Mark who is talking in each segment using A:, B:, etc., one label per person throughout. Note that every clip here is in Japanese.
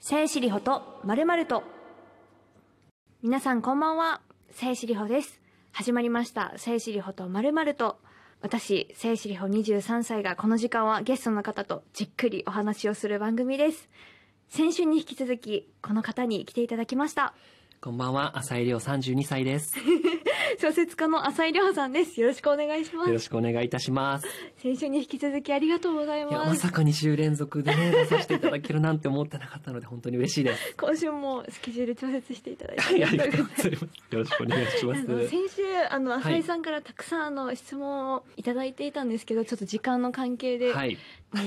A: 聖子里穂とまるまると皆さんこんばんは聖子里穂です始まりました聖子里穂とまるまると私聖子里穂23歳がこの時間はゲストの方とじっくりお話をする番組です先週に引き続きこの方に来ていただきました
B: こんばんは、浅井亮32 歳です。よ
A: 小説家の浅井亮さんですよろしくお願いします
B: ろしくお願いいたします。
A: 先週に引き続きありがとうござい
B: いや、
A: ま
B: ますさか2週連続でね、出させていただけるなんて思ってなかったので、本当に嬉しいです。
A: 今週もスケジュール調節していただいて
B: はい、ありがとう
A: あ
B: ございます。よろしくお願いしま
A: の
B: す。
A: 先週あの
B: い
A: 浅井さんからたくさんあの質問をいただいていたんですけど、ちょっと時間の関係で、
B: はい、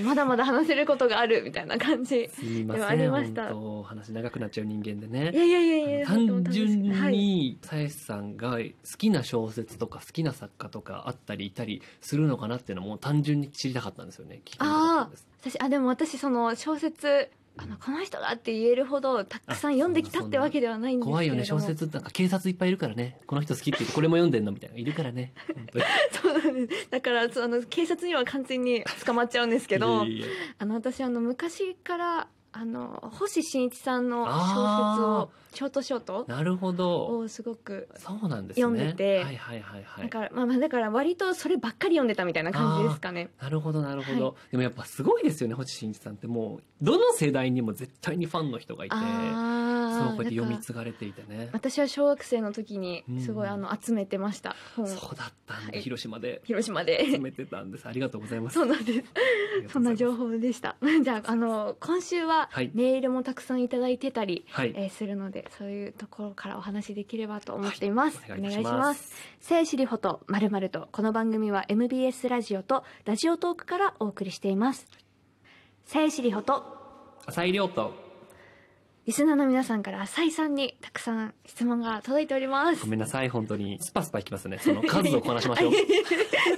A: まだまだ話せることがあるみたいな感じ。
B: すみま
A: でも
B: せ
A: あり
B: ん。
A: まし
B: 本
A: た
B: 当、お話長くなっちゃう人間で
A: いや
B: ね。
A: いやいやいや、
B: あ
A: と
B: の単
A: ても楽し
B: 純
A: いはい、
B: に、さえさんが好きな小説とか好きな作家とかあったりいたりするのかなっていうのも単純に知りたかったんですよね。聞きたかったんです。
A: 私あでも私その小説あのこの人がって言えるほどたくさん読んできたってわけではないんですけれども
B: 怖いよね、小説ってなんか警察いっぱいいるからね。この人好きって言って、これも読んでんのみたいな。いるからね。本当に。
A: そうなんですだからその警察には完全に捕まっちゃうんですけど
B: いえいえいえ
A: あの私あの昔からあの星新一さんの小説
B: あ
A: をショートショート
B: なるほど。
A: をすごく
B: そうなんですね。
A: 読んでて
B: はいはいはいは
A: だ
B: い。
A: からまあまあだから割とそればっかり読んでたみたいな感じですかね。
B: なるほどなるほど、でもやっぱすごいですよね星新一さんってもうどの世代にも絶対にファンの人がいてそう
A: ああ
B: こうやって読み
A: なんか
B: 継がれていてね
A: 私は小学生の時にすごい
B: うん
A: あの集めてました本を
B: そうだったんで、
A: はい
B: 広島で
A: 広島
B: 集
A: で。
B: めてたんですありがとうございます
A: そうなんです。
B: ありがと
A: そ
B: うんござい
A: な
B: ます
A: 情報でした。 じゃああの今週は
B: はい
A: メールもたくさんいただいてたり、
B: はい、
A: えーするのでそういうところからお話しできればと思っています。
B: は
A: お
B: いお
A: 願
B: 願
A: い
B: い
A: し
B: いたし
A: ま
B: ます
A: す。聖子里穂とまるまるとこの番組は MBS ラジオとラジオトークからお送りしています。聖子里穂と
B: 浅井亮と
A: リスナーの皆さんから浅井さんにたくさん質問が届いております
B: ご。めんなさい本当にスパスパいきますねその数をこなしま しょう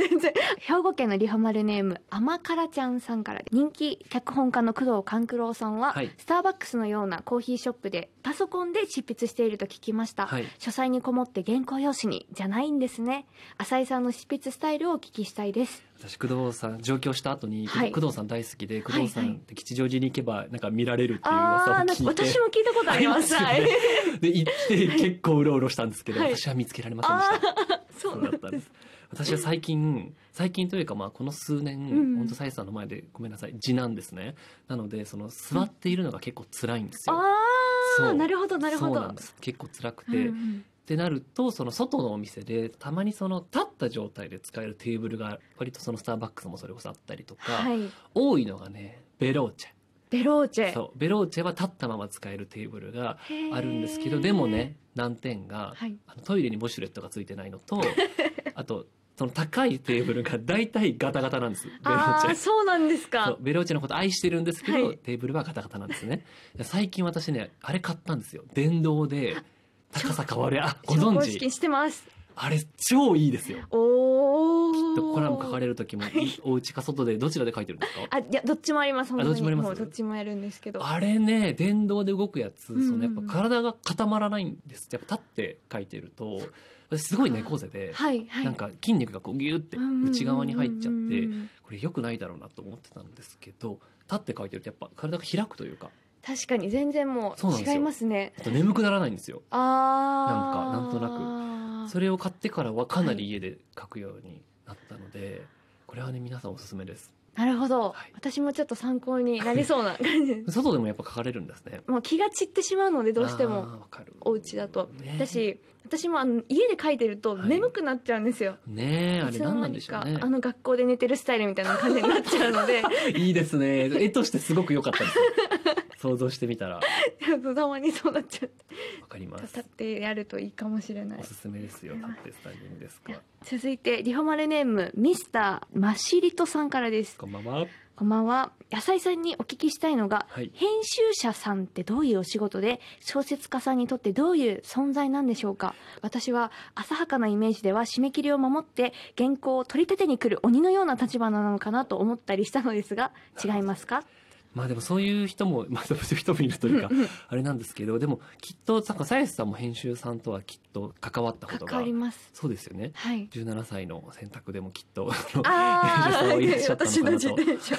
A: 全然兵庫県のリホマルネーム甘からちゃんさんから人気脚本家の工藤官九郎さんは、
B: はい
A: スターバックスのようなコーヒーショップでパソコンで執筆していると聞きました、
B: はい
A: 書斎にこもって原稿用紙にじゃないんですね浅井さんの執筆スタイルをお聞きしたいです
B: 私工藤さん上京した後に、
A: はい
B: 工藤さん大好きで工藤さ
A: はいは
B: んって吉祥寺に行けばなんか見られるっていう噂を
A: ああーなんか
B: 聞いて、
A: 私も聞いたことあります
B: あ
A: は
B: り
A: い
B: ますよねで行って結構うろうろしたんですけど、
A: はい
B: 私は見つけられませんで
A: あ
B: した。
A: ーそうなんです
B: す。私は最近最近というかまあこの数
A: うんうん
B: 年本当さえさんの前でごめんなさい字なんですね。なのでその座っているのが結構辛いんですよ。
A: あ
B: そ
A: あ
B: う
A: なるほどなるほど
B: そうなんです。結構辛くて、
A: うんう
B: っ
A: ん
B: てなるとその外のお店でたまにその立った状態で使えるテーブルが割とそのスターバックスもそれこそあったりとか、
A: はい
B: 多いのがねベローチ
A: ベローチ
B: ェ。
A: ェ
B: そうベローチェは立ったまま使えるテーブルが
A: へー
B: あるんですけどでもね難点が、
A: はい
B: あのトイレにボシュレットがついてないの とあとその高いテーブルが大体ガタガタなんですベロー
A: あ
B: チ
A: あー
B: ェ。
A: そうなんです
B: そ
A: か
B: うベローチェのこと愛してるんですけど、
A: はい
B: テーブルはガタガタなんですね最近私ねあれ買ったんですよ電動で高さ変わるあご存
A: 公式
B: 知
A: してます
B: あれ超いいですよ
A: おお。
B: きっとコラム書かれ
A: る。
B: る時もいお家か外でどちらで書いてるんですか
A: あ、いや、どっちもあります。本当に
B: あどっちもあります
A: うどっちもやるんですけど。
B: あれね電動で動くやつ、
A: うん
B: そのやっぱ体が固まらないんですやっぱ立って書いてると私すごい猫背で、
A: はい、はい。
B: なんか筋肉がこうギューって
A: うん
B: 内側に入っちゃっ
A: うんうんうんう
B: て
A: ん
B: これ良くないだろうなと思ってたんですけど立って書いてるとやっぱ体が開くというか
A: 確かに全然も
B: そうなんで
A: う
B: すよ
A: 違いますね。
B: あと眠くならないんですよ
A: ああ。
B: なんか
A: なん
B: それを買ってからはかなり家で書くようになったのでこれはね皆さんおすすめです
A: なるほど、
B: はい
A: 私もちょっと参考になりそうな感 じです。
B: 外でもやっぱ書かれるんですね
A: もう気が散ってしまうので、どうして
B: あ
A: も。
B: ーわかる
A: お家だと
B: ね
A: だし、私もあの家で書いてると
B: はい
A: 眠くなっちゃうんですよ。
B: ねえあ
A: い
B: れ
A: つの
B: 何な
A: 間
B: ん
A: に
B: でしょ
A: か、
B: うね
A: あの学校で寝てるスタイルみたいな感じになっちゃうので
B: いいですね絵としてすごく良かったです想像してみたらわ
A: たまにそうなっちゃって
B: かりま
A: 立
B: す
A: ってやるといいかもしれない
B: おすすめですよ立ってスタイリングですか
A: 続いてリホマルネームミスターマシリトさんからです
B: こんばんは
A: こんばんは野菜さんにお聞きしたいのが、
B: はい
A: 編集者さんってどういうお仕事で小説家さんにとってどういう存在なんでしょうか私は浅はかなイメージでは締め切りを守って原稿を取り立てに来る鬼のような立場なのかなと思ったりしたのですが違いますか
B: まあでもそういう人も、 まあそういう人もいるというか
A: うんうん、
B: あれなんですけど、でもきっと、なんか、さやさんも編集さんとはきっと関わった こ
A: 関
B: とが
A: わ、ります
B: そうですよね。
A: はい
B: 17歳の選択でもきっと、あ の
A: あ
B: 編集さんはいらっ
A: ー
B: しゃったの
A: 私
B: か
A: の
B: な
A: 自
B: と
A: 転車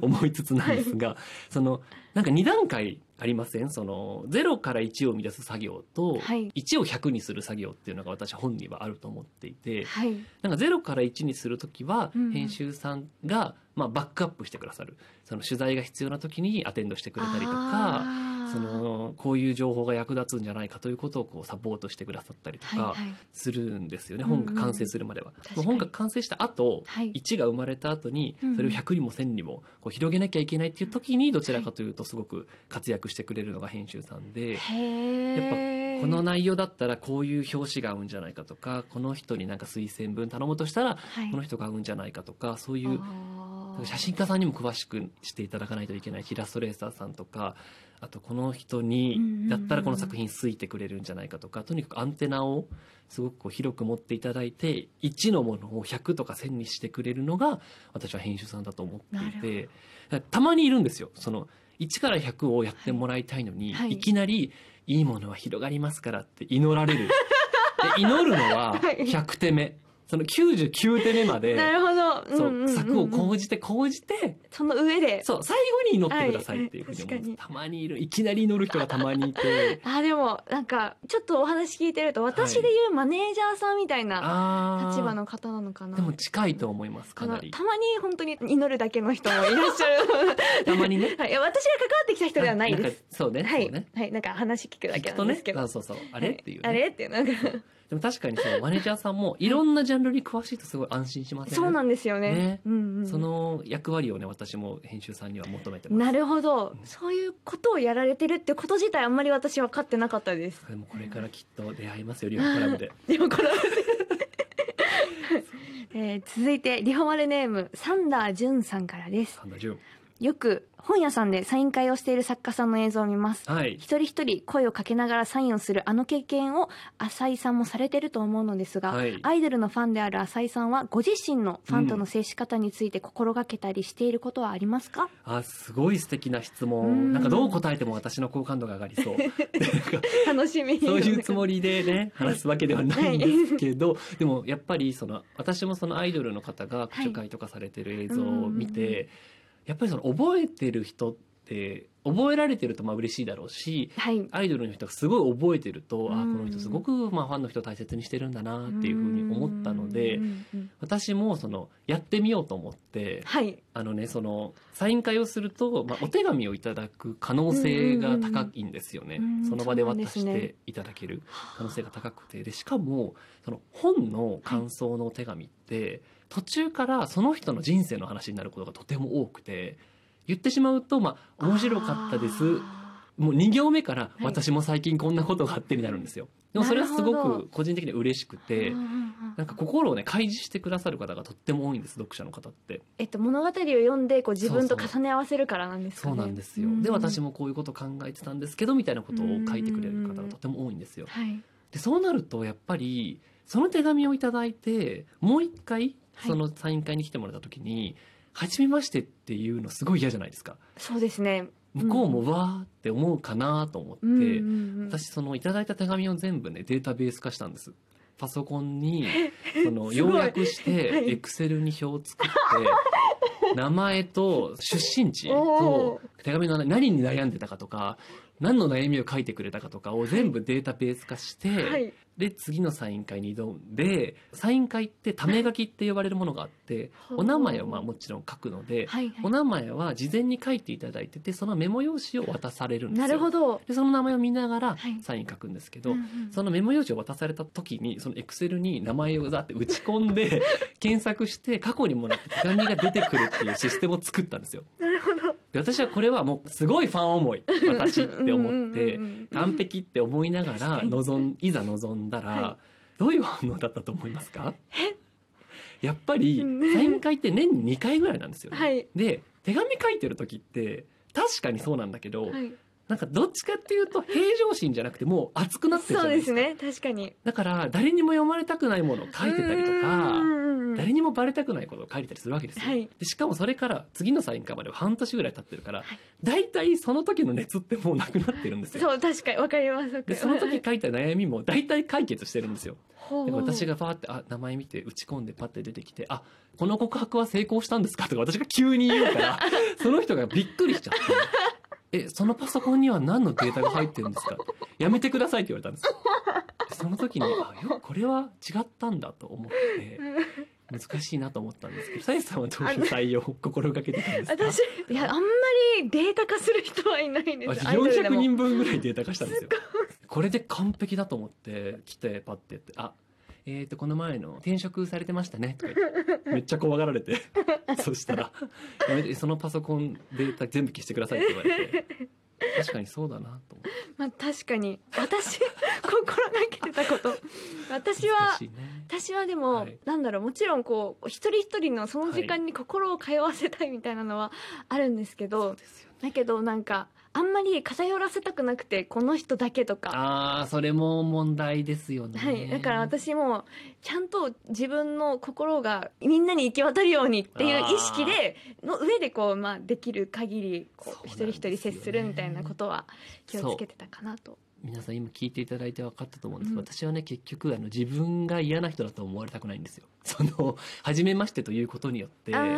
B: 思いつつなんですが、その、なんか2段階ありませんその0から1を生み出す作業と、
A: はい
B: 1を100にする作業っていうのが私本にはあると思っていて
A: はい
B: なんか0から1にする時は
A: うんうん
B: 編集さんが、まあ、バックアップしてくださるその取材が必要な時にアテンドしてくれたりとか
A: あー
B: そのこういう情報が役立つんじゃないかということをこうサポートしてくださったりと
A: はい
B: か
A: はい
B: するんですよね、
A: うんうん
B: 本が完成するまでは。
A: 確かに
B: もう本が完成した後
A: はい
B: 1が生まれた後に
A: うんうん
B: それを100にも1000にもこう広げなきゃいけないっていう時にどちらかというとすごく活躍してくれるのが編集さん
A: へ
B: で
A: え
B: この内容だったらこういう表紙が合うんじゃないかとかこの人になんか推薦文頼むとしたら
A: はい
B: この人が合うんじゃないかとかそういう
A: あー
B: 写真家さんにも詳しくしていただかないといけないイラストレーターさんとかあとこの人
A: うんうんうん
B: にだったらこの作品好いてくれるんじゃないかとかとにかくアンテナをすごくこう広く持っていただいて1のものを100とか1000にしてくれるのが私は編集さんだと思ってい
A: な
B: てだからたまにいるんですよその1から100をやってもらいたいのに、
A: はいい
B: きなり「いいものは広がりますから」って祈られるで祈るのは
A: はい
B: 100手目その99手目まで。
A: なるほど、
B: そう、
A: んんんん
B: 策を講じて講じて、
A: その上で
B: そう、最後に祈ってくださいっていうふうに思う
A: はいはい確
B: たまにいる、いきなり祈る人がたまにい
A: 、
B: て
A: あーでもなんかちょっとお話聞いてると私で言うマネージャーさんみたいな
B: あー
A: 立場の方なのかな
B: でも近いと思います、
A: あ
B: か
A: の
B: な
A: た
B: り。
A: まに本当に祈るだけの人もいらっしゃる
B: たまにね。
A: はいいや私が関わってきた人ではない
B: んか
A: です
B: そうね、
A: は
B: そう
A: い
B: ね。
A: はいなんか話聞くだけ
B: 聞く
A: な
B: と
A: んで
B: ね
A: すけ、ど
B: あそうそう、あれっていう、ね。
A: あれっていうなんか
B: でも確かに そのマネージャーさんも、いろんなジャンルに詳しいとすごい安心しません
A: そうなんですよね
B: ね
A: うんうん
B: その役割をね、私も編集さんには求めてます。
A: なるほど
B: うん
A: そういうことをやられてるってこと自体あんまり私分かってなかった です
B: でもこれからきっと出会いますよ、リオコラ ボで。
A: でもこれはえー続いてリホマルネームサンダージュンさんからです
B: 神田純。
A: よく本屋さんでサイン会をしている作家さんの映像を見ます
B: はい。
A: 一人一人声をかけながらサインをするあの経験を浅井さんもされてると思うのですが、
B: はい
A: アイドルのファンである浅井さんはご自身のファンとの接し方について心がけたりしていることはありますか、
B: あすごい素敵な質
A: う
B: 問
A: ん
B: なんかどう答えても私の好感度が上がり そうなんか
A: 楽しみ
B: そういうつも
A: り
B: りでね話すわけではないんですけどでもやっぱりその私もそのアイドルの方が
A: はい
B: 握手会とかされてる映像を
A: う
B: 見
A: んうんう
B: てやっぱりその覚えてる人って覚えられてるとまあ嬉しいだろうし
A: はい
B: アイドルの人がすごい覚えてるとあこ
A: うん
B: の人すごくまあファンの人を大切にしてるんだなっていうふうに思ったので
A: うんうんうん
B: 私もそのやってみようと思って
A: はい
B: あのね、その、サイン会をすると、
A: は
B: まあ、
A: い
B: お手紙をいただく可能性が高いんですよね
A: うんうんうん。
B: その場で
A: そうなん
B: 渡
A: です
B: し
A: ね
B: ていただける可能性が高くて。で、しかも、その、本の感想のお手紙って、途中からその人の人生の話になることがとても多くて、言ってしまうと、まあ、面白かったです。
A: あ
B: もう2行目から、
A: い
B: 私も最近こんなことがあってになるんですよ。でもそれはすご
A: なるほど
B: く個人的に嬉しく
A: ー
B: て
A: うんう、んうん
B: なんか心をね、開示してくださる方がとっても多いんです、読者の方って。
A: えっと物語を読んでこう自分と
B: そう
A: 重
B: そ
A: ね合わせるからなんですか
B: そ
A: ね
B: うなんですよ。で、私もこういうこと考えてたんですけど、みたいなことを書いてくれる方がとても多いんですよ。
A: はい
B: で、そうなると、やっぱり、その手紙をいただいて、もう一回、
A: はい
B: そのサイン会に来てもらった時に、はじめましてっていうのすごい嫌じゃないですか。
A: そうですね
B: 向こうもわーって思うかなと思って、
A: うんうんうん
B: 私、そのいただいた手紙を全部ね、データベース化したんです。パソコ ンに、その、
A: すごい
B: 要約し
A: は
B: て、
A: い
B: エクセルに表を作って、名前と出身地
A: お
B: と手紙の何に悩んでたかとか、何の悩みを書いてくれたかとかを全部データベース化して、
A: はい
B: で、次のサイン会に挑んで、サイン会ってため書きって呼ばれるものがあって、お名前をまあもちろん書くので、
A: はいはい
B: お名前は事前に書いていただいてて、そのメモ用紙を渡されるんですよ。
A: なるほど
B: で、その名前を見なが
A: は
B: ら
A: い
B: サイン書くんですけ
A: う
B: ど
A: んう、ん
B: そのメモ用紙を渡された時に、そのエクセルに名前をざって打ち込 んで、検索して過去にもらった手紙が出てくるっていうシステムを作ったんですよ。
A: なるほど
B: で私はこれはもうすごいファン思い、私って
A: うんう、
B: 思って
A: んうんうん
B: 完璧って思いながら、望ん、いざ望んだ
A: は
B: ら、どういう反応だったと思いますかやっぱり、
A: うん
B: サイン会って年に2回ぐらいなんですよね。
A: はい
B: で、手紙書いてる時って、確かにそうなんだけど、
A: はい
B: なんかどっちかっていうと平常心じゃなくてもう熱くなってるじ
A: そ
B: ゃ
A: う
B: ない
A: で
B: です
A: す
B: か。
A: ね確かに
B: だから誰にも読まれたくないものを書いてたりとか
A: う、んうんうん
B: 誰にもバレたくないことを書いてたりするわけですよ。
A: はい
B: でしかもそれから次のサイン会までは半年ぐらい経ってるから
A: はい、
B: 大体その時の熱ってもうなくなってるんですよ。
A: そう確かにわかりますわかりま
B: で、
A: す
B: その時書いた悩みも大体解決してるんですよ。
A: ほう
B: で私がパーって、あ、名前見て打ち込んでパッて出てきて、あ、この告白は成功したんですかとか私が急に言うから、その人がびっくりしちゃって。え、そのパソコンには何のデータが入ってるんですかやめてくださいって言われたんですでその時に、あ、よくこれは違ったんだと思って、難しいなと思ったんですけど、さゆさんはどういう採用を心がけてたんですか
C: 私
A: いやあんまりデータ化する人はいないです
B: 私
C: アイドルで
B: 400
C: も
B: 人分ぐらいデータ化したんですよ。これで完璧だと思って、来て、パッてやって、あ、えっ、と、この前の転職されてましたね、とか言ってめっちゃ怖がられて。そしたら、やめて、そのパソコンデータ全部消してくださいって言われて。確かにそうだなと思って。
A: まあ確かに 私心がけてたこと私
B: 難
A: は
B: しいね
A: 私はでも、
B: はい
A: なんだろうもちろんこう一人一人のその時間に心を通わせたいみたいなのはあるんですけど、
B: そうですよね。
A: だけどなんかあんまり偏らせたくなくてこの人だけとか、
B: ああ、それも問題ですよね。
A: はい、だから私もちゃんと自分の心がみんなに行き渡るようにっていう意識での上でこう、まあ、できる限りこう一
B: そう
A: 人
B: なん
A: 一
B: ですよ
A: 人
B: ね
A: 接するみたいなことは気をつけてたかなと。
B: 皆さん今聞いていただいて分かったと思うんですけど、
A: うん
B: 私はね結局あの自分が嫌な人だと思われたくないんですよ。その初めましてということによってわー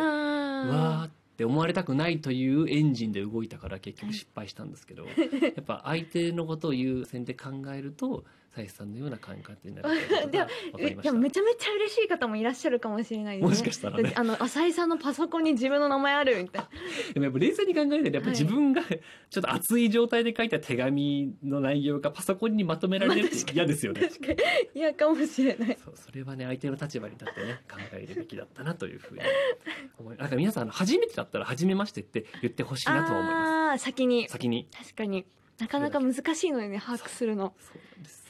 A: あ
B: って思われたくないというエンジンで動いたから結局失敗したんです けどやっぱ相手のことを優先で考えるとさやしさんのような考え方になるということが分かり
A: え
B: ま
A: でも
B: し
A: めちゃめちゃ嬉しい方もいらっしゃるかもしれないですね。
B: もしかしたらね
A: だってあの浅井さんのパソコンに自分の名前あるみ たいな。
B: た。でもやっぱ冷静に考えるとやっぱ自分がちょっと熱い状態で書いた手紙の内容がパソコンにまとめられるって嫌ですよね。
A: 確かに嫌かもしれない。
B: そうそれはね相手の立場に立ってね考えるべきだったなというふうに思いなんか皆さんあの初めてだったら「初めまして」って言ってほしいなとは思いま
A: ああー先に
B: す先に
A: 確かになかなか難しいのよね把握するの
B: そうなんです